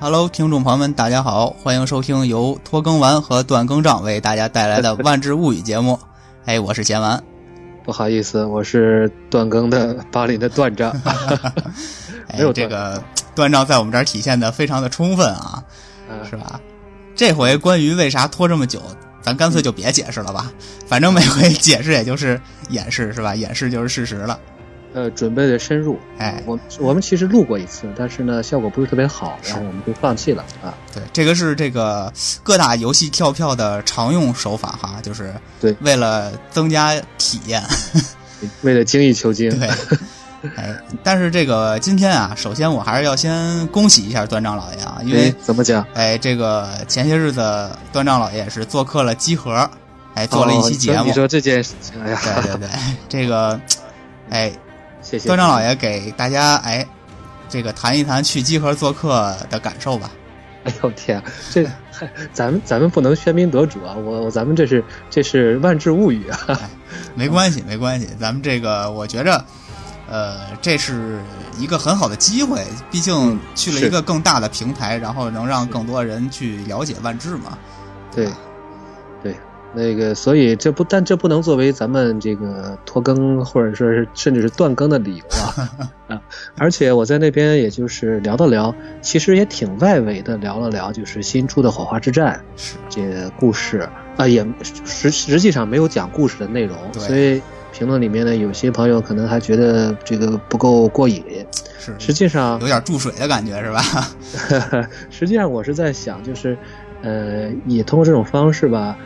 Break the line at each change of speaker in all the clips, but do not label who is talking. Hello，听众朋友们，大家好，欢迎收听由拖更丸和段更丈为大家带来的《万智物语》节目。哎，我是贤丸。
不好意思，我是断更的 巴林的 断章。
哎
没有，
这
断
个端章在我们这儿体现的非常的充分啊，
嗯
是吧？这回关于为啥拖这么久，咱干脆就别解释了吧，反正每回解释也就是掩饰，是吧？掩饰就是事实了。
呃，准备的深入。
哎，
我我们其实录过一次，但是呢，效果不是特别好，
是
然后我们就放弃了啊。
对，这个是这个各大游戏跳票的常用手法哈，就是
对
为了增加体验。
为了精益求精，
对， 哎，但是这个今天啊，首先我还是要先恭喜一下端章老爷啊，因
哎
为，
怎么讲？
哎，这个前些日子端章老爷也是做客了集合，哎，做了一
哦
期
你
节
说
目。
你说这件事情，哎呀，
对对对，这个，哎，
谢谢
端章老。爷给大家哎，这个谈一谈去集合做客的感受吧。
哎呦天啊，这 咱们咱们不能喧宾夺主啊！我我咱们这是这是万智物语啊！
哎没关系，没关系，咱们这个我觉着，呃，这是一个很好的机会，毕竟去了
嗯是
一个更大的平台，然后能让更多人去了解万智嘛。
对
吧
对，那个，所以这不，但这不能作为咱们这个拖更或者说是甚至是断更的理由 啊啊！而且我在那边也就是聊了聊，其实也挺外围的，聊了聊就是新出的《火花之战》
是
这个故事啊、也实实际上没有讲故事的内容，
对
所以评论里面呢，有些朋友可能还觉得这个不够过
嗯
瘾，
是
实际上
有点注水的感觉是吧？
实际上我是在想，就是，呃，也通过这种方式吧，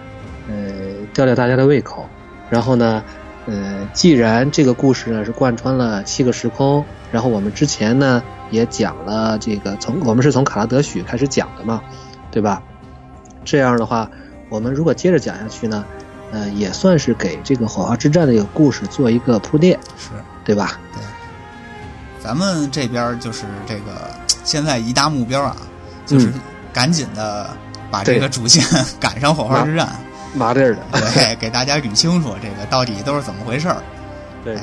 呃，吊吊大家的胃口。然后呢，呃，既然这个故事呢是贯穿了七个时空，然后我们之前呢也讲了这个从我们是从卡拉德许开始讲的嘛，对吧？这样的话，我们如果接着讲下去呢，呃，也算是给这个火花之战的这个故事做一个铺垫，
是，
对吧？
对。 咱们这边就是这个，现在一大目标啊，就是赶紧的把这个
对
主线 赶上火花之战，
麻利儿的，
对，给大家捋清楚这个到底都是怎么回事儿。
对
哎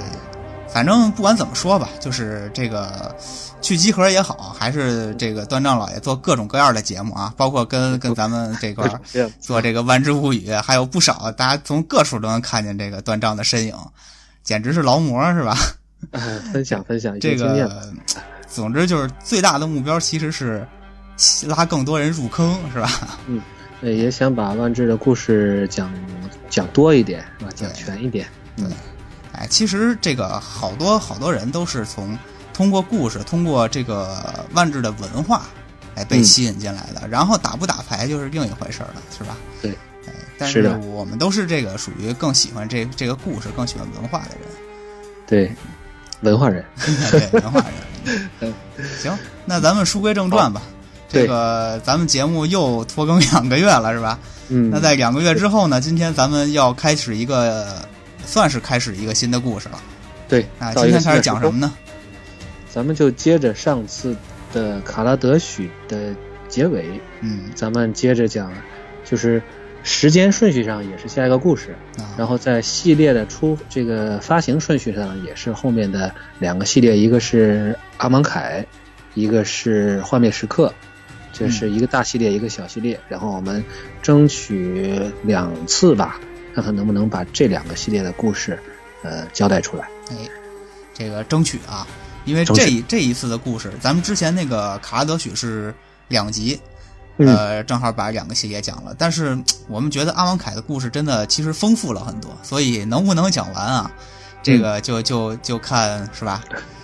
反正不管怎么说吧，就是这个去集合也好，还是这个端章老爷做各种各样的节目啊，包括跟跟咱们这块儿
这样
做这个万智物语，还有不少大家从各处都能看见这个端章的身影，简直是劳模是吧？
呃分享分享一些
这
经验
个，总之就是最大的目标其实是拉更多人入坑是吧？
呃，也想把万智的故事讲讲多一点，是吧？讲全一点。
哎，其实这个好多好多人都是从通过故事，通过这个万智的文化，哎，被
嗯
吸引进来的。然后打不打牌就是另一回事儿了，是吧？
对。
哎，但
是
是
的
我们都是这个属于更喜欢这这个故事，更喜欢文化的人。
对，文化人，
对，文化 人。行，那咱们书归正传吧。这
嗯对
个咱们节目又拖更两个月了，是吧？
嗯，
那在两个月之后呢？今天咱们要开始一个，算是开始一个新的故事了。
对，
啊，
到
今
一个
天开始讲什么
呢？
呢？
咱们就接着上次的卡拉德许的结尾，
嗯
咱们接着讲，就是时间顺序上也是下一个故事，
啊，
然后在系列的出这个发行顺序上也是后面的两个系列，一个是阿芒凯，一个是幻灭时刻，这是一个大系列，一个小系列。然后我们争取两次吧，看看能不能把这两个系列的故事，呃，交代出来。
哎，这个争取啊，因为
争
这
取
一这一次的故事，咱们之前那个卡拉德许是两集，
嗯
呃，正好把两个系列讲了。但是嗯我们觉得阿王凯的故事真的其实丰富了很多，所以能不能讲完啊？
嗯
这个就就就看是吧？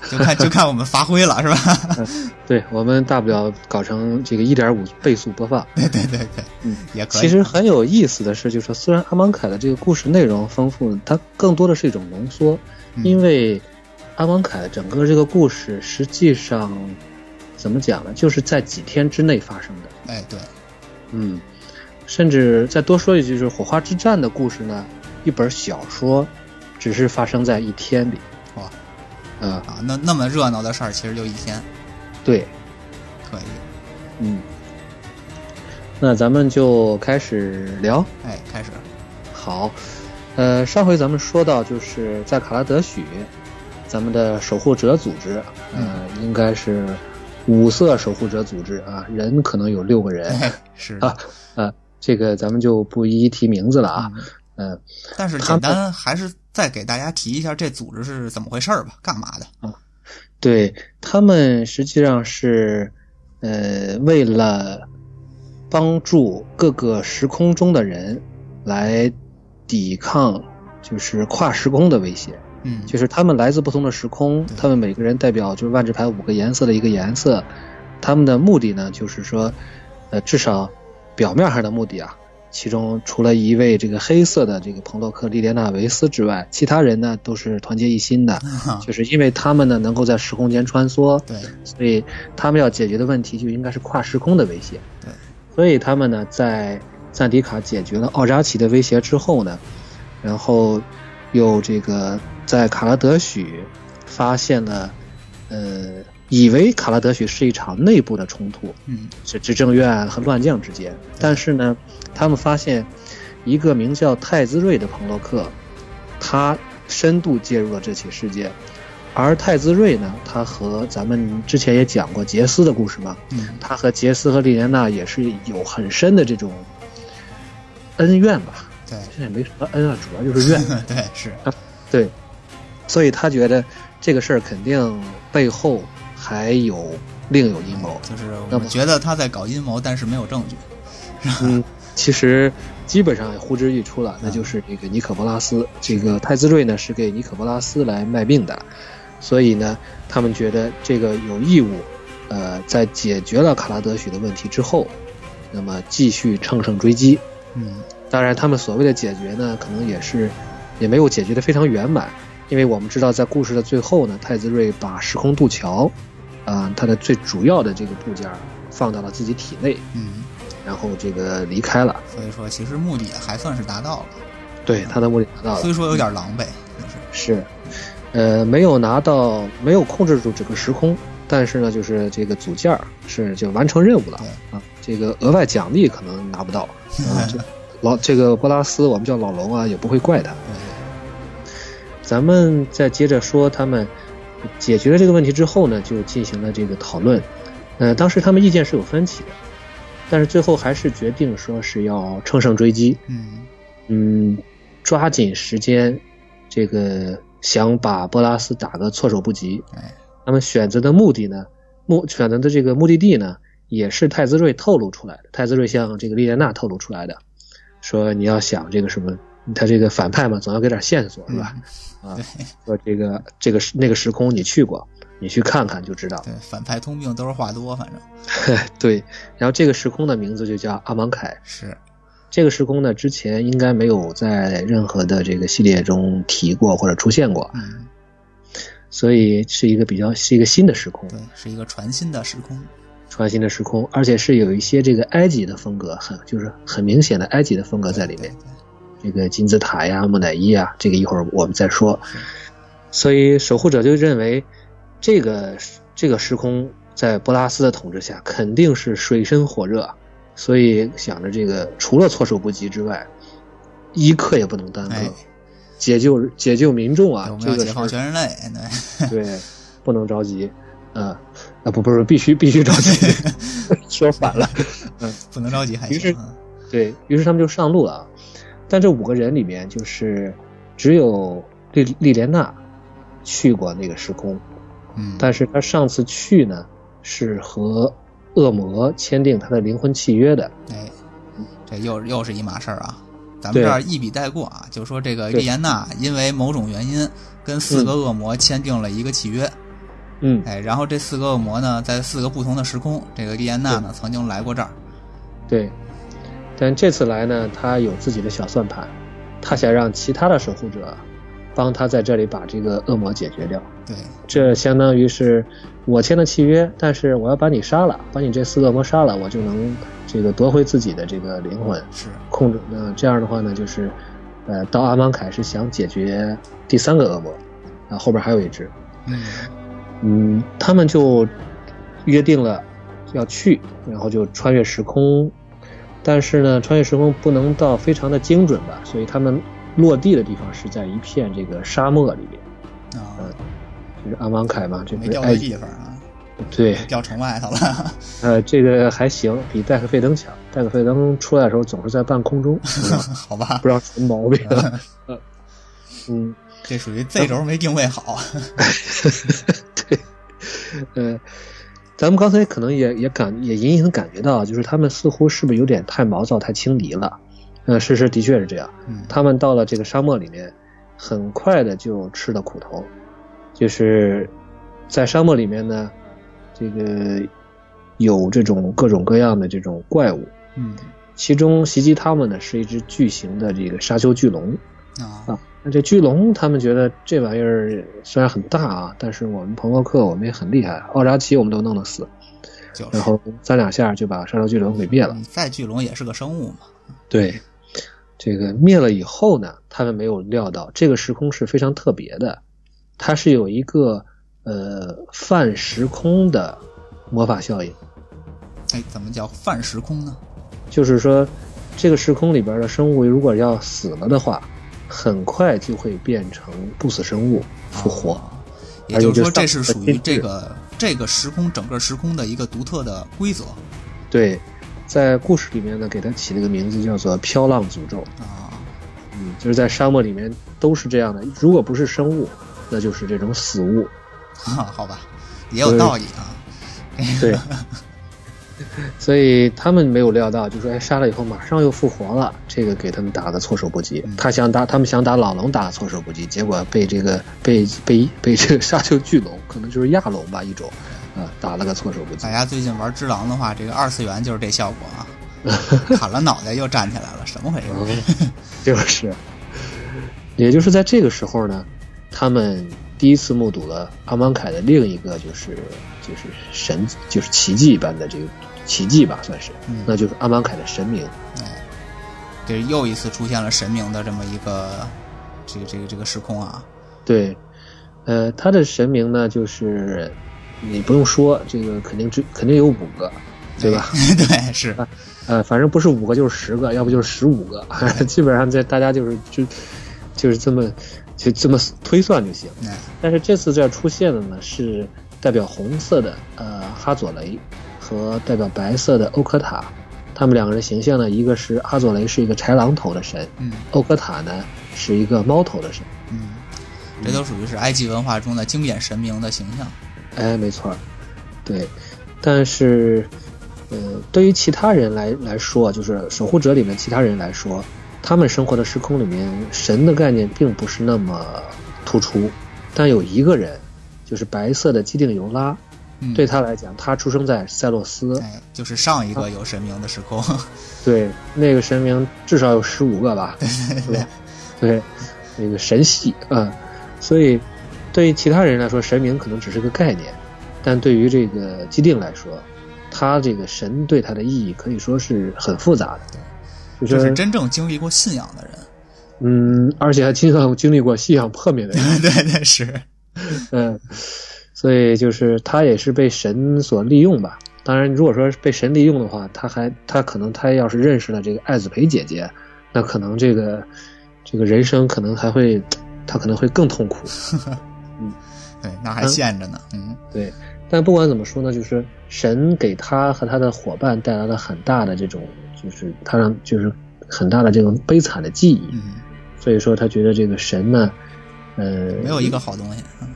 就看就看我们发挥了是吧？
对我们大不了搞成这个一点五倍速播放。
对对对对，
嗯
也可以。
其实很有意思的是，就是说虽然阿芒凯的这个故事内容丰富，它更多的是一种浓缩，
嗯
因为阿芒凯整个这个故事实际上怎么讲呢，就是在几天之内发生的。
哎对，
嗯，甚至再多说一句，就是《火花之战》的故事呢，一本小说，只是发生在一天里。
哇，
啊、
啊，那那么热闹的事儿其实就一天，
对，
可以。
嗯，那咱们就开始聊。
哎，开 始。
好，呃，上回咱们说到，就是在卡拉德许，咱们的守护者组织，呃，应该是五色守护者组织啊，人可能有六 个人
对，是
啊，啊，这个咱们就不一一提名字了啊，
嗯
嗯、
但是简单还是再给大家提一下这组织是怎么回事儿吧，干嘛的？
对他们实际上是，呃，为了帮助各个时空中的人来抵抗，就是跨时空的威胁。
嗯，
就是他们来自不同的时空
对，
他们每个人代表就是万智牌五个颜色的一个颜色，他们的目的呢，就是说，呃，至少表面上的目的啊，其中除了一位这个黑色的这个彭洛克莉莲娜维斯之外，其他人呢都是团结一心的，
啊
就是因为他们呢能够在时空间穿梭，
对，
所以他们要解决的问题就应该是跨时空的威胁。
对，
所以他们呢，在赞迪卡解决了奥扎奇的威胁之后呢，然后又这个在卡拉德许发现了，呃，以为卡拉德许是一场内部的冲突，
嗯
是执政院和乱将之间，但是呢，他们发现一个名叫泰兹瑞的朋洛克，他深度介入了这起事件。而泰兹瑞呢，他和咱们之前也讲过杰斯的故事嘛，
嗯，
他和杰斯和莉莲娜也是有很深的这种恩怨吧。
对
现在也没什么恩啊，主要就是怨。
对是，
对，所以他觉得这个事儿肯定背后还有另有阴谋。
就是
那
我
么
觉得他在搞阴谋，但是没有证据。
嗯，其实基本上呼之欲出了，那就是这个尼可波拉斯。这个泰兹瑞呢是给尼可波拉斯来卖命的，所以呢，他们觉得这个有义务，呃，在解决了卡拉德许的问题之后，那么继续乘胜追击。
嗯，
当然，他们所谓的解决呢，可能也是也没有解决的非常圆满，因为我们知道在故事的最后呢，太子睿把时空渡桥，啊、它的最主要的这个部件儿放到了自己体内，
嗯，
然后这个离开了，
所以说其实目的还算是达到了，
对，他的目的嗯达到了，
虽说有点狼狈， 就是
是，呃，没有拿到，没有控制住整个时空，但是呢，就是这个组件儿是就完成任务了啊，这个额外奖励可能拿不到啊，这老这个波拉斯我们叫老龙啊，也不会怪他。
对，
咱们再接着说，他们解决了这个问题之后呢，就进行了这个讨论。呃，当时他们意见是有分歧的，但是最后还是决定说是要乘胜追击，
嗯
嗯，抓紧时间，这个想把波拉斯打个措手不及。
哎，
他们选择的目的呢，目选择的这个目的地呢，也是泰兹瑞透露出来的。泰兹瑞向这个莉莲娜透露出来的，说你要想这个什么，他这个反派嘛，总要给点线索是吧？
嗯
啊
对，
说这个这个时那个时空你去过，你去看看就知道。
对，反派通病都是话多，反正
对，然后这个时空的名字就叫阿芒凯。
是，
这个时空呢，之前应该没有在任何的这个系列中提过或者出现过，
嗯，
所以是一个比较是一个新的时空，
对，是一个全新的时空，
全新的时空，而且是有一些这个埃及的风格，很就是很明显的埃及的风格在里
对
面。
对
这个金字塔呀、木乃伊啊，这个一会儿我们再说。所以守护者就认为，这个这个时空在波拉斯的统治下肯定是水深火热，所以想着这个除了措手不及之外，一刻也不能耽搁，
哎
解救解救民众
对
啊
我，们
这
要
个
解
事
放
儿
全人类， 对，
对，不能着急，啊、啊不不是必须必须着急，说反了。
不能着急还
于是
行，嗯
对于是他们就上路了啊。但这五个人里面，就是只有莉莉莲娜去过那个时空，
嗯，
但是她上次去呢是和恶魔签订他的灵魂契约的。
哎，这又又是一码事儿啊。咱们
对
这儿一笔带过啊，就说这个
对
莉莲娜因为某种原因跟四个恶魔签订了一个契约，
嗯，
哎，然后这四个恶魔呢，在四个不同的时空，这个莉莲娜呢曾经来过这儿，
对。但这次来呢，他有自己的小算盘，他想让其他的守护者帮他在这里把这个恶魔解决掉。
对，
这相当于是我签了契约，但是我要把你杀了，把你这四个恶魔杀了，我就能这个夺回自己的这个灵魂，
是，
控制。那这样的话呢，就是，呃，到阿芒凯是想解决第三个恶魔，啊，后边还有一只，
嗯，
嗯，他们就约定了要去，然后就穿越时空，但是呢，穿越时空不能到非常的精准吧，所以他们落地的地方是在一片这个沙漠里面，
啊，
呃就是阿芒凯嘛，这
没
不是哎
掉
埃
对
及
地方啊，
对，
掉城外头了。
呃，这个还行，比戴克费登强。戴克费登出来的时候总是在半空中，
好吧，
不知道什么毛病了。嗯，
这属于 Z 轴没定位好。
对，呃，咱们刚才可能也也感也隐隐的感觉到，就是他们似乎是不是有点太毛躁、太轻敌了？呃，事实的确是这样。
嗯
他们到了这个沙漠里面，很快的就吃了苦头，就是在沙漠里面呢，这个有这种各种各样的这种怪物，
嗯
其中袭击他们的是一只巨型的这个沙丘巨龙
啊
啊。那这巨龙，他们觉得这玩意儿虽然很大啊，但是我们朋洛克我们也很厉害，奥扎奇我们都弄得死，
就是
然后三两下就把沙丘巨龙给灭了。
嗯再巨龙也是个生物嘛。
对，这个灭了以后呢，他们没有料到这个时空是非常特别的，它是有一个呃泛时空的魔法效应，
哎，怎么叫泛时空呢？
就是说这个时空里边的生物如果要死了的话，很快就会变成不死生物复活。
啊也就是说，
而
这
且就是上
属于
上
这个这个时空整个时空的一个独特的规则
对，在故事里面呢，给它起了个名字叫做“飘浪诅咒”。
啊。
嗯，就是在沙漠里面都是这样的，如果不是生物，那就是这种死物。
哈，好吧，也有道理啊。
对， 所以他们没有料到，就说哎，杀了以后马上又复活了，这个给他们打的措手不及
嗯。
他想打，他们想打老龙，打得措手不及，结果被这个 被被被这个沙丘巨龙，可能就是亚龙吧一种，啊、打了个措手不及
大。家最近玩《只狼》的话，这个二次元就是这效果啊，砍了脑袋又站起来了，什么回事？
嗯就是，也就是在这个时候呢，他们第一次目睹了阿芒凯的另一个就是就是神就是奇迹般的这个奇迹吧，算是，
嗯
那就是阿芒凯的神明。
哎，这又一次出现了神明的这么一个这个这个这个时空啊。
对，呃，他的神明呢，就是你不用说，这个肯定只肯定有五个，对吧？
哎 对，是，
呃，反正不是五个就是十个，要不就是十五个， 基本上在大家就是就就是这么就这么推算就行。
哎，
但是这次这儿出现的呢，是代表红色的呃哈佐雷和代表白色的欧科塔，他们两个人形象呢，一个是哈佐雷是一个豺狼头的神，
嗯
欧科塔呢是一个猫头的神。
嗯，这都属于是埃及文化中的经典神明的形象。
哎，没错儿，对。但是，呃，对于其他人来来说，就是守护者里面其他人来说，他们生活的时空里面，神的概念并不是那么突出。但有一个人，就是白色的基定尤拉，
嗯，
对，他来讲，他出生在塞洛斯，
哎，就是上一个
嗯
有神明的时空。
对那个神明至少有十五个 吧，对吧？对，那个神系啊、嗯所以对于其他人来说，神明可能只是个概念，但对于这个基定来说，他这个神对他的意义可以说是很复杂的，
就
就是是
真正经历过信仰的人。
嗯，而且还经常经历过信仰破灭的人，
对对是，
嗯，所以就是他也是被神所利用吧。当然，如果说是被神利用的话，他还他可能他要是认识了这个艾子培姐姐，那可能这个这个人生可能还会他可能会更痛苦。
对，那还陷着呢。嗯
对，但不管怎么说呢，就是神给他和他的伙伴带来了很大的这种，就是他让就是很大的这种悲惨的记忆。
嗯，
所以说，他觉得这个神呢，呃，
没有一个好东西。嗯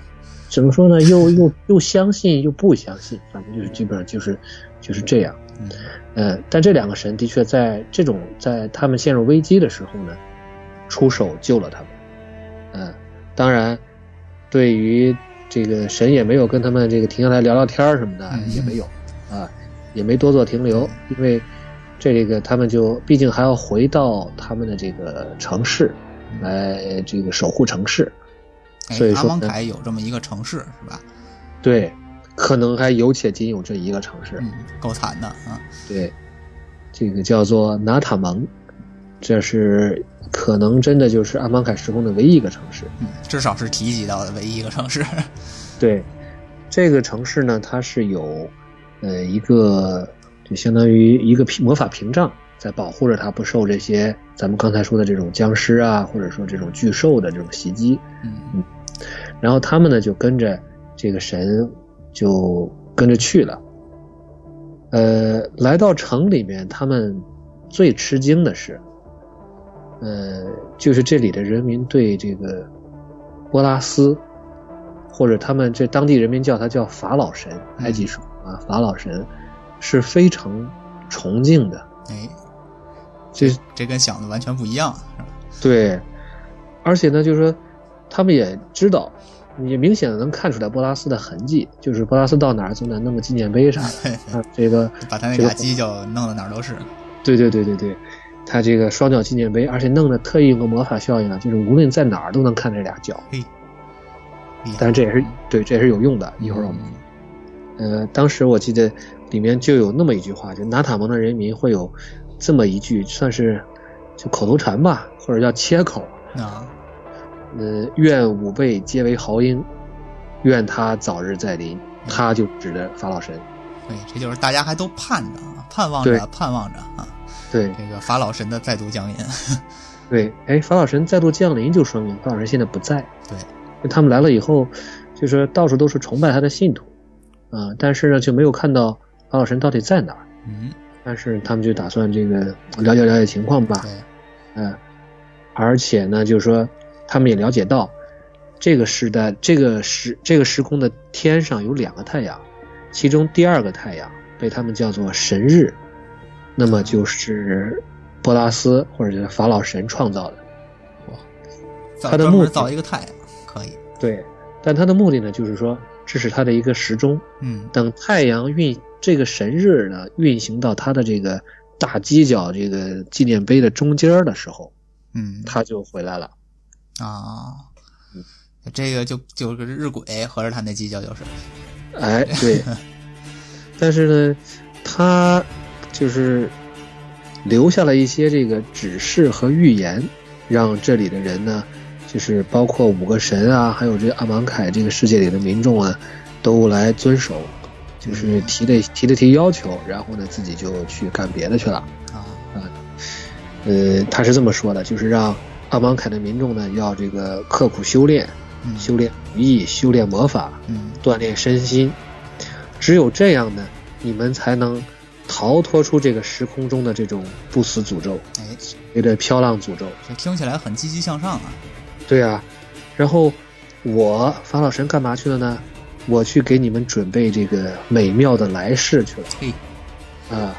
怎么说呢？又又又相信又不相信，反正就是基本上就是就是这样。
嗯
呃，但这两个神的确在这种在他们陷入危机的时候呢，出手救了他们。嗯、当然，对于这个神也没有跟他们这个停下来聊聊天儿什么的，
嗯
也没有啊、也没多做停留，因为这个他们就毕竟还要回到他们的这个城市来呃这个守护城市。
哎
所以，
阿
说嗯
芒
呢
凯有这么一个城市是吧？
对，可能还有且仅有这一个城市。
嗯，够惨的啊。
对，这个叫做拿塔蒙，这是可能真的就是阿芒凯时空的唯一一个城市。
嗯，至少是提及到的唯一一个城市。
对，这个城市呢，它是有呃一个就相当于一个屏魔法屏障在保护着它不受这些咱们刚才说的这种僵尸啊，或者说这种巨兽的这种袭击。
嗯
然后他们呢就跟着这个神就跟着去了。呃，来到城里面，他们最吃惊的是，呃，就是这里的人民对这个波拉斯，或者他们这当地人民叫他叫法老神，埃及属啊法老神是非常崇敬的。
哎，
这
这跟想的完全不一样，啊是吧？
对，而且呢，就是说他们也知道，也明显的能看出来波拉斯的痕迹，就是波拉斯到哪儿总得弄个纪念碑啥的。啊，这个
把他那
这个
俩犄角弄得哪儿都是。
对对对对对，他这个双脚纪念碑，而且弄得特意有个魔法效应啊，就是无论在哪儿都能看这俩脚。
嘿，厉害
但是这也是对，这也是有用的。一会儿我们，
嗯
呃，当时我记得里面就有那么一句话，就拿塔蒙的人民会有这么一句，算是就口头禅吧，或者叫切口。
那
呃，愿吾辈皆为豪英，愿他早日再临。他就指的法老神，
对，这就是大家还都盼着啊，盼望着
对
啊，盼望着啊，
对
这个法老神的再度降临。
对，哎，法老神再度降临，就说明法老神现在不在。
对，
他们来了以后，就是到处都是崇拜他的信徒，啊、但是呢，就没有看到法老神到底在哪儿。
嗯，
但是他们就打算这个了解了解情况吧，
对，
嗯、而且呢，就是说他们也了解到，这个时代、这个时、这个时空的天上有两个太阳，其中第二个太阳被他们叫做神日，那么就是波拉斯或者就是法老神创造的。
造
他的
专
目
门
的
造一个太阳，可以。
对，但他的目的呢，就是说这是他的一个时钟，
嗯，
等太阳运这个神日呢运行到他的这个大犄角这个纪念碑的中间儿的时候，
嗯
他就回来了。
啊，这个就就是日晷，合着他那犄角就是，
哎，对。但是呢，他就是留下了一些这个指示和预言，让这里的人呢，就是包括五个神啊，还有这个阿芒凯这个世界里的民众啊，都来遵守，就是提了提了提要求，然后呢自己就去干别的去了。
啊，
呃，他是这么说的，就是让阿芒凯的民众呢要这个刻苦修炼，
嗯
修炼武艺，修炼魔法，
嗯
锻炼身心。只有这样呢，你们才能逃脱出这个时空中的这种不死诅咒，
哎，
这个飘浪诅咒。
这听起来很积极向上啊。
对啊，然后我法老神干嘛去了呢？我去给你们准备这个美妙的来世去了
嘿，
啊！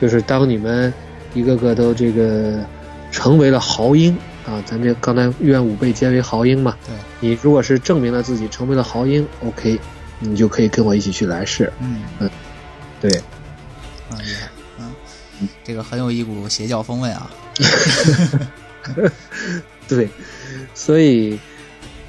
就是当你们一个个都这个成为了豪英啊，咱这刚才愿吾辈皆为豪英嘛。
对，
你如果是证明了自己成为了豪英，OK，你就可以跟我一起去来世。
嗯，
对，
啊，厉害，嗯，这个很有一股邪教风味啊。
对，所以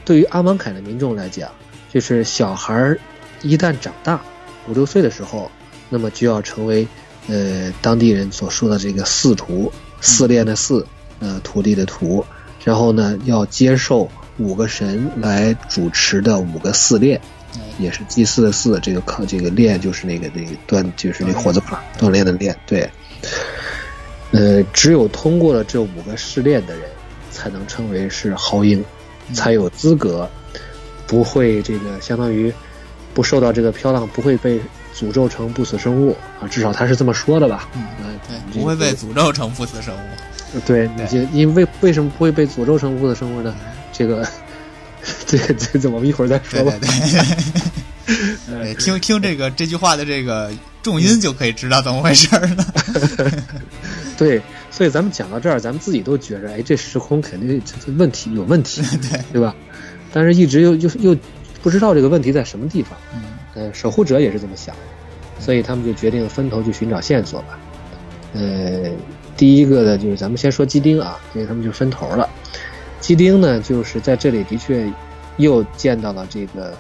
对于阿芒凯的民众来讲，就是小孩儿一旦长大五六岁的时候，那么就要成为呃当地人所说的这个四徒，四练的四，呃徒弟的徒，然后呢要接受五个神来主持的五个四练，
哎，
也是祭祀的祀，这个靠这个练就是那个那个锻就是那个火字旁锻炼的炼，对。呃，只有通过了这五个试炼的人，才能称为是豪英，才有资格，不会这个相当于不受到这个飘浪，不会被诅咒成不死生物啊，至少他是这么说的吧？
嗯
呃
对，
这
不会被
个
诅咒成不死生物。
对，你就因为为什么不会被诅咒成不死生物呢？
嗯
这个 这个这个我们一会儿再
对
说吧
对。对。 对，哎听听这个这句话的这个重音就可以知道怎么回事儿了。
对，所以咱们讲到这儿，咱们自己都觉着，哎，这时空肯定这这问题有问题，
对
对吧？但是一直又又又不知道这个问题在什么地方。
嗯，
呃，守护者也是这么想的，所以他们就决定分头去寻找线索吧。呃，第一个呢，就是咱们先说基丁啊，所以他们就分头了。基丁呢，就是在这里的确又见到了这个，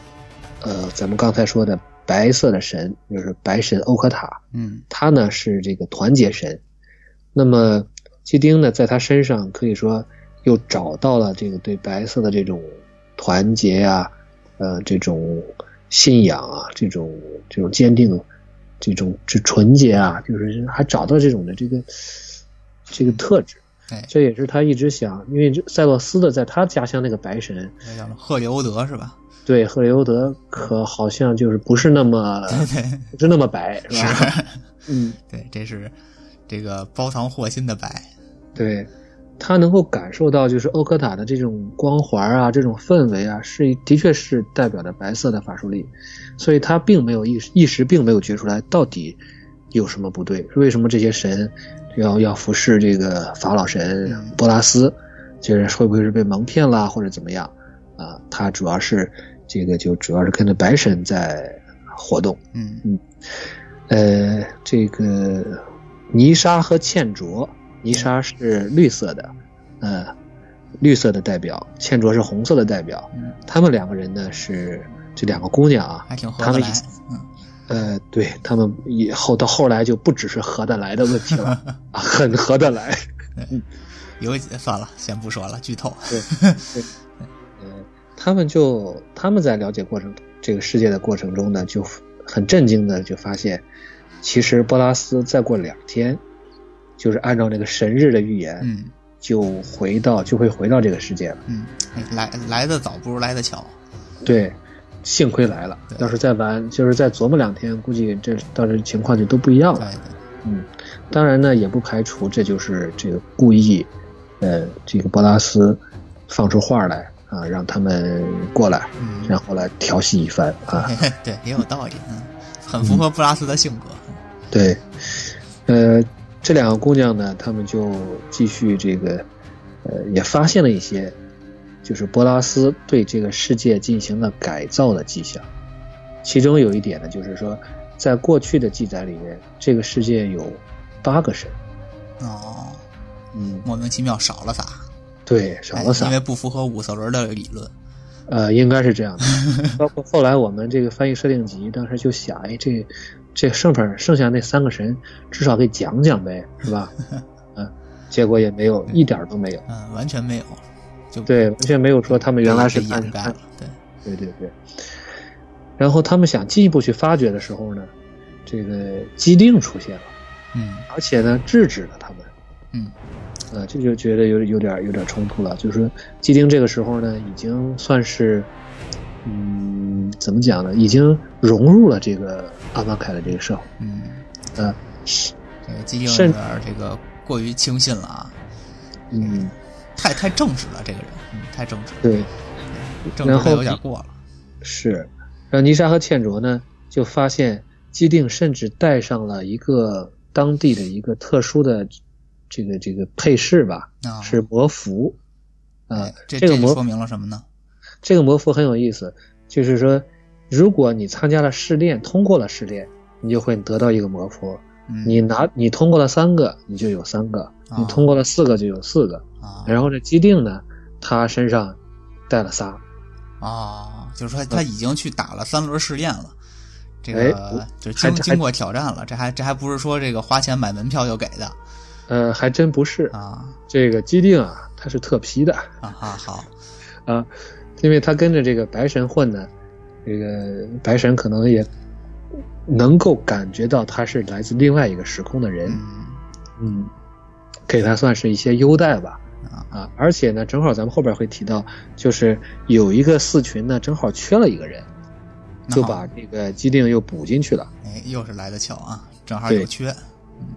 呃，咱们刚才说的白色的神，就是白神欧科塔。
嗯，
他呢是这个团结神。那么基丁呢，在他身上可以说又找到了这个对白色的这种团结啊，呃，这种信仰啊，这种这种坚定，这种这纯洁啊，就是还找到这种的这个这个特质。
对，
这也是他一直想，因为这塞洛斯的在他家乡那个白神，
那叫什么赫利欧德是吧？
对赫利欧德可好像就是不是那么
对对
不是那么白，是吧？
是，
嗯，
对，这是这个包藏祸心的白，
对，他能够感受到就是欧科塔的这种光环啊，这种氛围啊，是的确是代表着白色的法术力，所以他并没有意识一时并没有觉出来到底有什么不对，为什么这些神要要服侍这个法老神
嗯
波拉斯，就是会不会是被蒙骗啦，或者怎么样啊？他主要是这个就主要是跟着白神在活动。
嗯
呃，这个泥沙和茜卓，泥沙是绿色的，呃，绿色的代表，茜卓是红色的代表。
嗯，
她们两个人呢是这两个姑娘啊，
还挺合得
他们
来
一起，
嗯
呃，对她们以后到后来就不只是合得来的问题了，啊很合得来。
有一算了，先不说了，剧透，
对，对，呃，他们就他们在了解过程这个世界的过程中呢，就很震惊的就发现，其实波拉斯再过两天，就是按照那个神日的预言，
嗯
就回到就会回到这个世界了。
嗯，哎来来的早不如来的巧，
对，幸亏来了，
嗯对
要是再晚，就是再琢磨两天，估计这到时候情况就都不一样
对
了。
对，
嗯，当然呢，也不排除这就是这个故意，呃，这个波拉斯放出话来啊，让他们过来。
嗯，
然后来调戏一番啊。
嘿嘿 对，也有道理，嗯，很符合布拉斯的性格，
对，呃，这两个姑娘呢，她们就继续这个，呃，也发现了一些，就是波拉斯对这个世界进行了改造的迹象。其中有一点呢，就是说，在过去的记载里面，这个世界有八个神。
哦，
嗯，
莫名其妙少了仨，
对，少了
哎
仨
因，为不符合五色轮的理论，
呃，应该是这 样的。包括后来我们这个翻译设定集，当时就想，哎，这这剩下剩下那三个神，至少给讲讲呗，是 吧？嗯，结果也没有，一点儿都没有。
嗯，完全没有，就
对，完全没有说他们
被
原来是
被
看
掩盖了，对，
对对对。然后他们想进一步去发掘的时候呢，这个机灵出现了，
嗯
而且呢制止了他们。
嗯
呃，这就觉得有有点有点冲突了。就是说，基丁这个时候呢，已经算是，嗯，怎么讲呢？已经融入了这个阿曼凯的这个社会。
嗯，
呃，
这个基丁有
甚
点儿这个过于轻信了啊，
嗯，
太太正直了，这个人，嗯，太正直了，
对，
正直
然后
的有点过了，
是。然后泥沙和茜卓呢，就发现基丁甚至带上了一个当地的一个特殊的这个这个配饰吧，
啊，
是魔符。啊、
哎这
这个
就
魔
说明了什么呢？
这个魔符很有意思，就是说，如果你参加了试炼，通过了试炼，你就会得到一个魔符。
嗯，
你拿你通过了三个，你就有三个；
啊
你通过了四个，就有四个。
啊
然后这基定呢，他身上带了仨，
啊，就是说他已经去打了三轮试验了。这个
哎
就经
还还
经过挑战了，这还这还不是说这个花钱买门票就给的
呃，还真不是。
啊
这个基定啊，他是特批的
啊哈好，
啊，因为他跟着这个白神混呢，这个白神可能也能够感觉到他是来自另外一个时空的人。
嗯
嗯，给他算是一些优待吧。
啊
啊，而且呢，正好咱们后边会提到，就是有一个四群呢，正好缺了一个人，
那
就
好
把这个基定又补进去了。
哎又是来的巧啊，正好
对
有缺，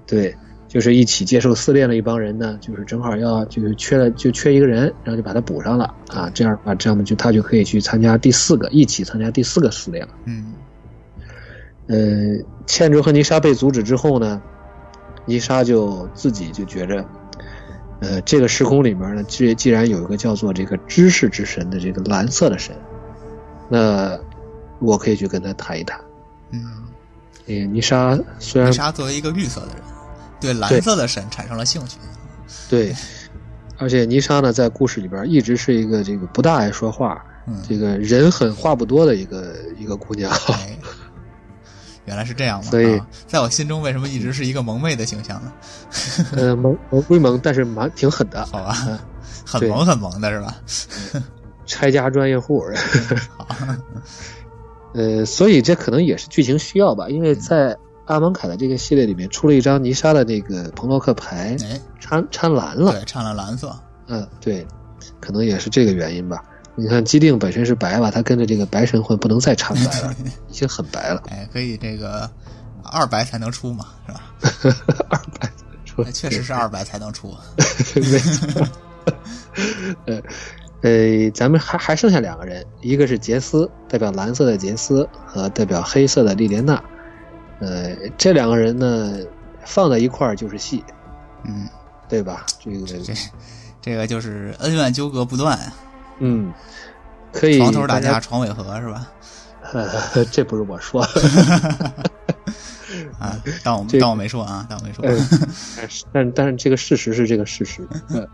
对，就是一起接受撕裂的一帮人呢，就是正好要就是缺了就缺一个人，然后就把他补上了啊。这样的话，这样就他就可以去参加第四个，一起参加第四个撕裂了。
嗯
呃，茜卓和泥沙被阻止之后呢，泥沙就自己就觉着，呃，这个时空里面呢，既既然有一个叫做这个知识之神的这个蓝色的神，那我可以去跟他谈一谈。
嗯，
呃，泥沙虽然
为啥作为一个绿色的人，对蓝
嗯对
色的神产生了兴趣？
对，而且泥沙呢，在故事里边一直是一个这个不大爱说话，
嗯，
这个人狠话不多的一个一个姑娘。
哎，原来是这样嘛！
所以
啊，在我心中为什么一直是一个萌妹的形象呢？
呃，萌萌归萌，但是蛮挺狠的，
好吧
嗯，
很
对
萌很萌的是吧？
拆家专业户。
好，
呃，所以这可能也是剧情需要吧，因为在阿蒙凯的这个系列里面出了一张泥沙的那个彭洛克牌，
哎，
掺掺蓝了。
对，掺了蓝色，
嗯，对，可能也是这个原因吧。你看基定本身是白吧，他跟着这个白神混不能再掺白了，已经很白了，
哎，可以这个二白才能出嘛，是吧？
二白说
那确实是二白才能出，
没错。呃呃，咱们还还剩下两个人，一个是杰斯，代表蓝色的杰斯和代表黑色的莉莲娜。呃，这两个人呢放在一块儿就是戏，
嗯，
对吧？这个
这这个就是恩怨纠葛不断，
嗯，可以
床头打
大
架
家，
床尾和是吧？
呃，这不是我 说的，
啊，当我
这个
当我没说啊，当我没说，
嗯但是但但是这个事实是这个事实。嗯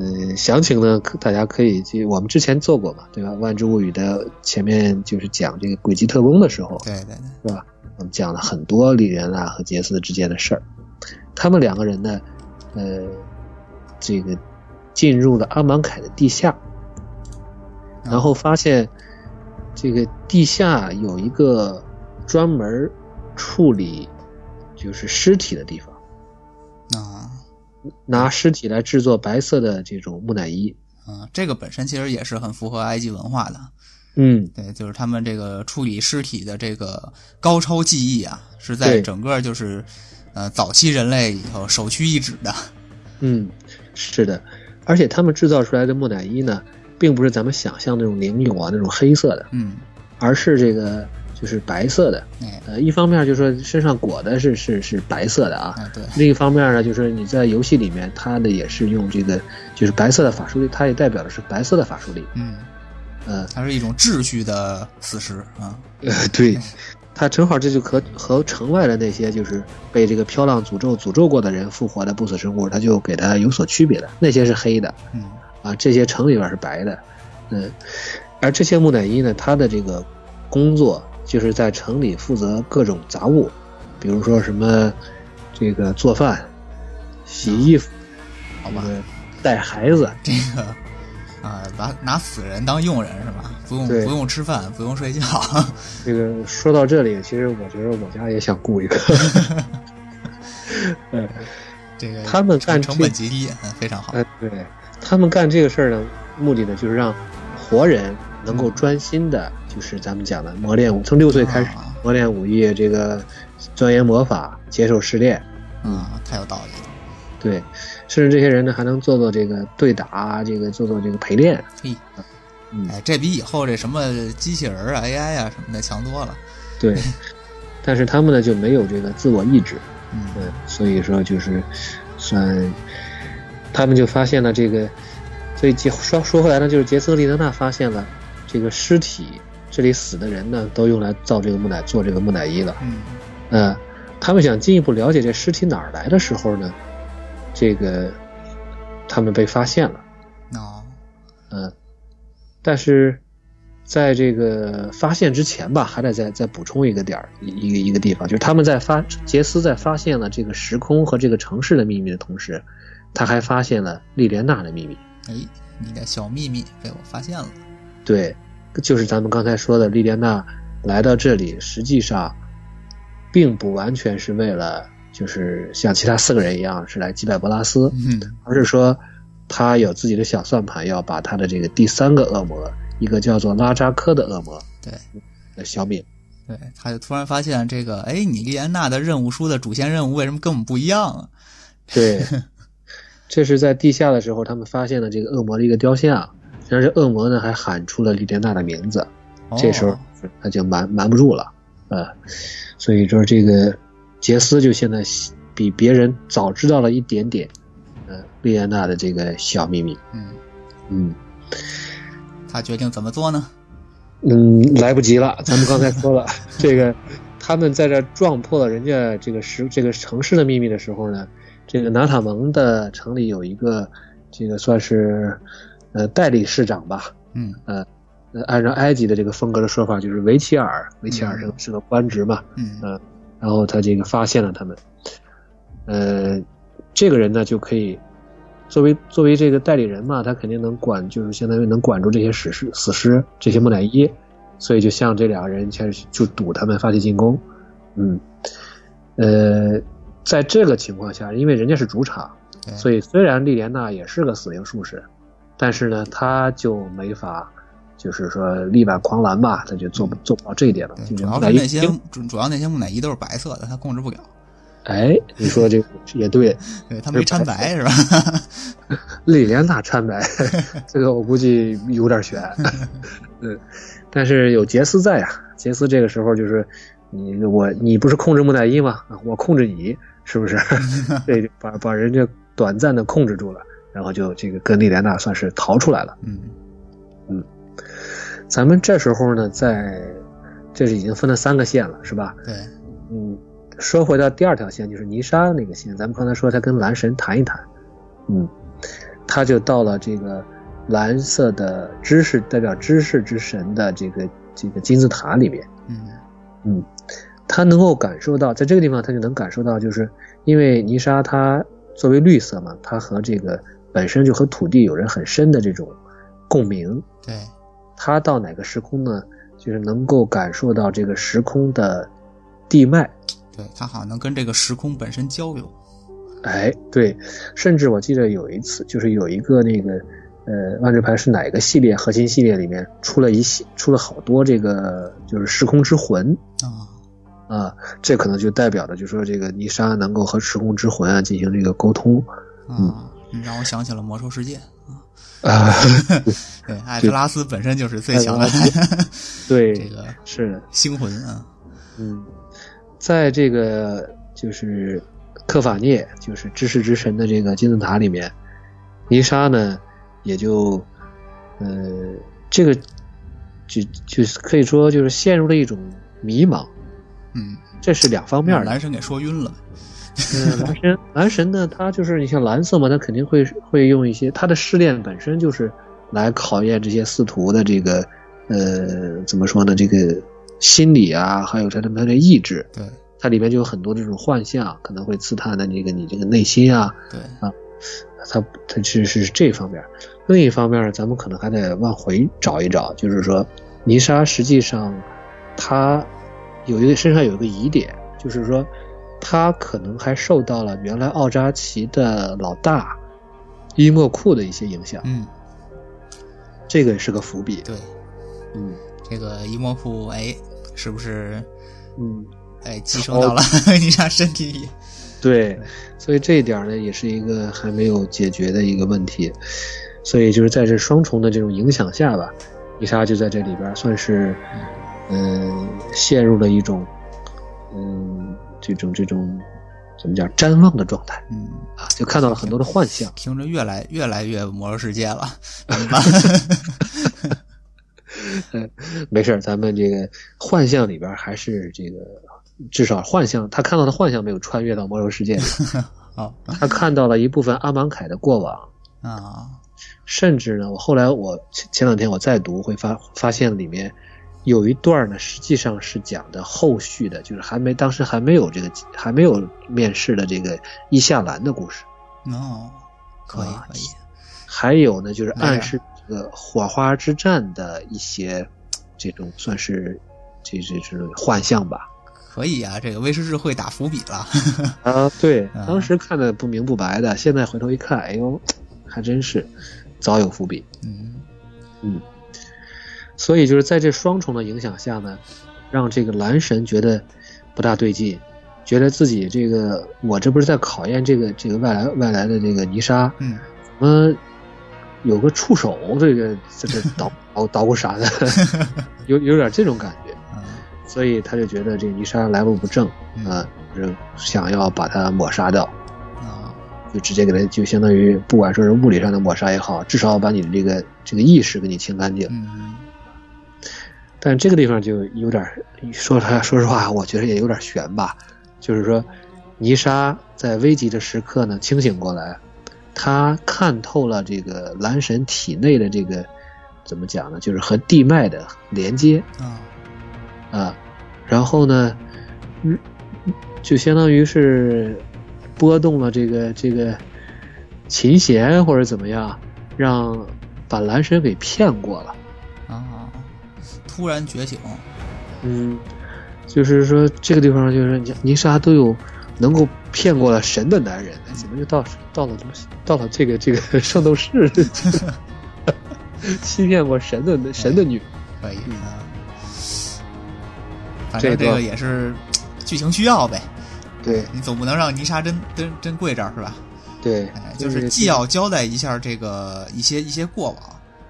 嗯，详情呢，可大家可以去我们之前做过嘛，对吧？《万智物语》的前面就是讲这个轨迹特工的时候，
对对对，
我们讲了很多丽人啊和杰斯之间的事儿。他们两个人呢，呃，这个进入了阿芒凯的地下，然后发现这个地下有一个专门处理就是尸体的地方，
啊。
拿尸体来制作白色的这种木乃伊。
嗯，这个本身其实也是很符合埃及文化的，
嗯，
对，就是他们这个处理尸体的这个高超技艺啊，是在
对
整个就是，呃，早期人类里头首屈一指的。
嗯，是的，而且他们制造出来的木乃伊呢，并不是咱们想象那种灵俑啊那种黑色的，
嗯，
而是这个就是白色的
哎。
呃，一方面就是说身上裹的是是是白色的啊，
啊，对，
另一方面呢，就是你在游戏里面，它的也是用这个就是白色的法术力，它也代表的是白色的法术力。
嗯，
呃，
它是一种秩序的死尸啊。
呃 对，它正好这就和和城外的那些就是被这个飘浪诅咒诅咒过的人复活的不死生物，它就给它有所区别的。那些是黑的，
嗯，
啊，这些城里边是白的，嗯，而这些木乃伊呢，他的这个工作就是在城里负责各种杂物，比如说什么这个做饭、洗衣服，
啊好吧
这，个带孩子，
这个啊，把拿死人当佣人是吧？不用
对
不用吃饭，不用睡觉。
这个说到这里，其实我觉得我家也想雇 一个，嗯，
这个
他们
成
干这
成本极低，嗯非常好。
哎，对他们干这个事儿呢，目的呢就是让活人能够专心的，就是咱们讲的磨练武，从六岁开始
啊
磨练武艺，这个钻研魔法，接受试炼，
啊，太有道理了。
对，甚至这些人呢还能做做这个对打，这个做做这个陪练，
嘿，
嗯
哎，这比以后这什么机器人儿啊、AI 啊什么的强多了。
对，但是他们呢就没有这个自我意志，
嗯
嗯，所以说就是算他们就发现了这个，所以杰说说回来呢，就是杰斯和丽德娜发现了这个尸体，这里死的人呢都用来造这个木乃做这个木乃伊了。
嗯
呃，他们想进一步了解这尸体哪儿来的时候呢，这个他们被发现了，
哦，
嗯，但是。在这个发现之前吧，还得再再补充一个点儿，一一个一个地方，就是他们在发杰斯在发现了这个时空和这个城市的秘密的同时，他还发现了莉莲娜的秘密。
哎，你的小秘密被我发现了。
对，就是咱们刚才说的，莉莲娜来到这里，实际上并不完全是为了，就是像其他四个人一样是来击败博拉斯，
嗯
而是说他有自己的小算盘，要把他的这个第三个恶魔，一个叫做拉扎科的恶魔，
对，
呃消灭。
对，他就突然发现这个，哎，你莉安娜的任务书的主线任务为什么跟我们不一样啊？
对，这是在地下的时候，他们发现了这个恶魔的一个雕像，然后这恶魔呢还喊出了莉莲娜的名字。
哦、
这时候他就瞒瞒不住了，呃，所以说这个杰斯就现在比别人早知道了一点点，呃，莉安娜的这个小秘密，
嗯，
嗯
他决定怎么做呢？
嗯，来不及了，咱们刚才说了，这个他们在这撞破了人家这个时这个城市的秘密的时候呢，这个拿塔蒙的城里有一个这个算是呃代理市长吧，
嗯
呃，按照埃及的这个风格的说法，就是维齐尔，维齐尔是个是个官职嘛，
嗯
呃然后他这个发现了他们，呃，这个人呢就可以作为作为这个代理人嘛，他肯定能管，就是相当于能管住这些死尸、死尸这些木乃伊，所以就向这两个人开始就堵他们发起进攻，嗯，呃，在这个情况下，因为人家是主场，
对
所以虽然莉莲娜也是个死灵术士，但是呢，她就没法就是说力挽狂澜吧，他就做不做不到这一点了。
嗯对，
就
主
是
要
木
是
乃伊
那些主主要那些木乃伊都是白色的，他控制不了，
哎，你说这个也对，
对他没掺白是吧？
莉莲娜穿白，这个我估计有点悬。嗯，但是有杰斯在啊，杰斯这个时候就是你我你不是控制木乃伊吗？我控制你，是不是？对，把把人家短暂的控制住了，然后就这个跟莉莲娜算是逃出来了。
嗯
咱们这时候呢，在这是已经分了三个线了，是吧？
对，
嗯，说回到第二条线，就是泥沙那个线，咱们刚才说他跟蓝神谈一谈，嗯，他就到了这个蓝色的知识代表知识之神的这个这个金字塔里面，
嗯
他能够感受到，在这个地方他就能感受到，就是因为泥沙它作为绿色嘛，它和这个本身就和土地有着很深的这种共鸣，
对，
他到哪个时空呢？就是能够感受到这个时空的地脉，
对他好像能跟这个时空本身交流，
哎，对，甚至我记得有一次，就是有一个那个，呃，万智牌是哪个系列核心系列里面出了一系出了好多这个就是时空之魂
啊，
啊，这可能就代表着就说这个泥沙能够和时空之魂啊进行这个沟通
啊，你让我想起了魔兽世界。
啊，
对，艾特拉斯本身就是最强的 这
对，
个
是的，
星魂啊，
嗯，在这个就是克法涅，就是知识之神的这个金字塔里面，泥沙呢也就，呃，这个就就是可以说就是陷入了一种迷茫，
嗯，
这是两方面
让
的。
男神给说晕了，
呃蓝神，蓝神呢，他就是你像蓝色嘛，他肯定会会用一些他的试炼本身就是来考验这些司徒的这个呃怎么说呢，这个心理啊，还有他的他的意志。
对
它里面就有很多这种幻象，可能会刺探的这个你这个内心啊，
对，
它它其实是这方面。另一方面呢，咱们可能还得往回找一找，就是说泥沙实际上它有一个身上有一个疑点，就是说它可能还受到了原来奥扎奇的老大伊莫库的一些影响，
嗯
这个是个伏笔。
对，
嗯
这个伊莫库哎，是不是
嗯，
哎寄生到了你莎身体里？
对，所以这一点呢，也是一个还没有解决的一个问题。所以就是在这双重的这种影响下吧，伊莎就在这里边算是，嗯，陷入了一种，嗯，这种这种怎么讲瞻望的状态
嗯，
啊，就看到了很多的幻象。
听着越来越来越魔兽世界了，怎么办？
没事儿，咱们这个幻象里边还是这个，至少幻象他看到的幻象没有穿越到魔兽世界里，
好
他看到了一部分阿芒凯的过往。
啊，
甚至呢，我后来我前前两天我再读，会发发现里面有一段呢，实际上是讲的后续的，就是还没当时还没有这个还没有面试的这个伊夏兰的故事，
哦，可以
啊
可以，
还有呢就是
哪点
暗示这个火花之战的一些这种算是这这这种幻象吧。
可以啊，这个威士忌会打伏笔了，
啊，对，
啊
当时看的不明不白的，现在回头一看，哎呦，还真是早有伏笔。
嗯
所以就是在这双重的影响下呢，让这个蓝神觉得不大对劲，觉得自己这个我这不是在考验这个这个外来外来的这个泥沙，
嗯，
怎么有个触手，这个这个捣捣捣鼓啥的， 有有点这种感觉，
啊
所以他就觉得这个泥沙来路不正
嗯
啊，就是想要把它抹杀掉。
啊，
就直接给它，就相当于不管说是物理上的抹杀也好，至少要把你的这个这个意识给你清干净。
嗯
但这个地方就有点儿，说他说实话，我觉得也有点悬吧。就是说，泥沙在危急的时刻呢清醒过来，他看透了这个蓝神体内的这个怎么讲呢，就是和地脉的连接
啊，
啊。然后呢，嗯，就相当于是拨动了这个这个琴弦或者怎么样，让把蓝神给骗过了。
啊，突然觉醒，
嗯，就是说这个地方就是泥泥沙都有能够骗过了神的男人，哎怎么就到到了这么到了这个这个圣斗士？欺骗过神的神的女，
可以。
嗯
啊反正
这
这
个
个也是剧情需要呗，
对
你总不能让泥沙真真真跪这儿是吧？
对
哎，，就是既要交代一下这个一些一些过往，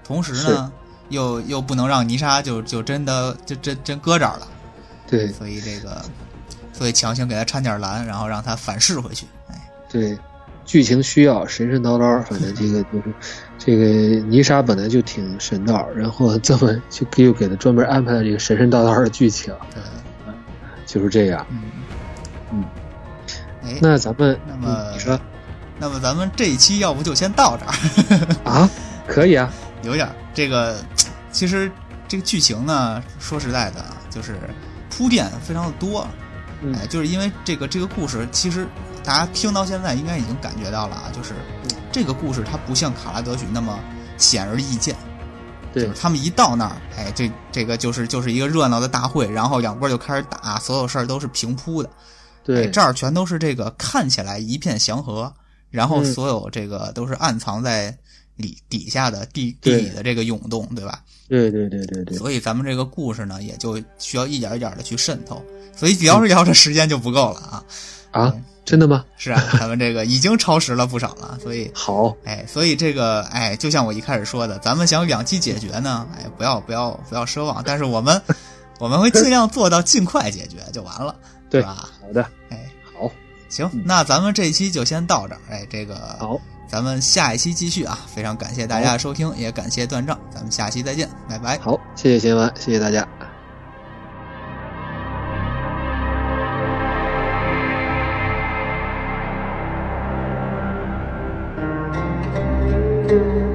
同时呢，又又不能让泥沙就就真的就真真搁这儿了，
对
所以这个，所以强行给他掺点蓝，然后让他反噬回去。哎，
对，剧情需要神神叨叨，反正这个就是这个泥沙本来就挺神道，然后这么就又给他专门安排了这个神神叨叨的剧情，
对，
就是这样。
嗯
嗯，
哎，
那咱们
那么
嗯你说
那么咱们这一期要不就先到这儿，
啊，可以啊，
有点儿这个，其实这个剧情呢，说实在的啊，就是铺垫非常的多，
嗯
哎，就是因为这个这个故事，其实大家听到现在应该已经感觉到了啊，就是
嗯
这个故事它不像卡拉德许那么显而易见，就
对
是他们一到那儿，哎，这这个就是就是一个热闹的大会，然后两波就开始打，所有事儿都是平铺的，哎，
对
这儿全都是这个看起来一片祥和，然后
嗯
所有这个都是暗藏在里底下的地地
对
底的这个涌动，对吧？
对对对对对，
所以咱们这个故事呢，也就需要一点一点的去渗透。所以聊着
嗯
聊着时间就不够了啊！
啊，真的吗？
是啊，咱们这个已经超时了不少了，所以，
好，
哎，所以这个，哎，就像我一开始说的，咱们想两期解决呢，哎，不要不要不要奢望，但是我 们我们会尽量做到尽快解决就完了，
对
是吧？
好的，
哎，
好，
行，那咱们这一期就先到这儿，哎，这个
好，
咱们下一期继续啊！非常感谢大家的收听，也感谢断账，咱们下期再见，拜拜。
好，谢谢贤文，谢谢大家。
thank you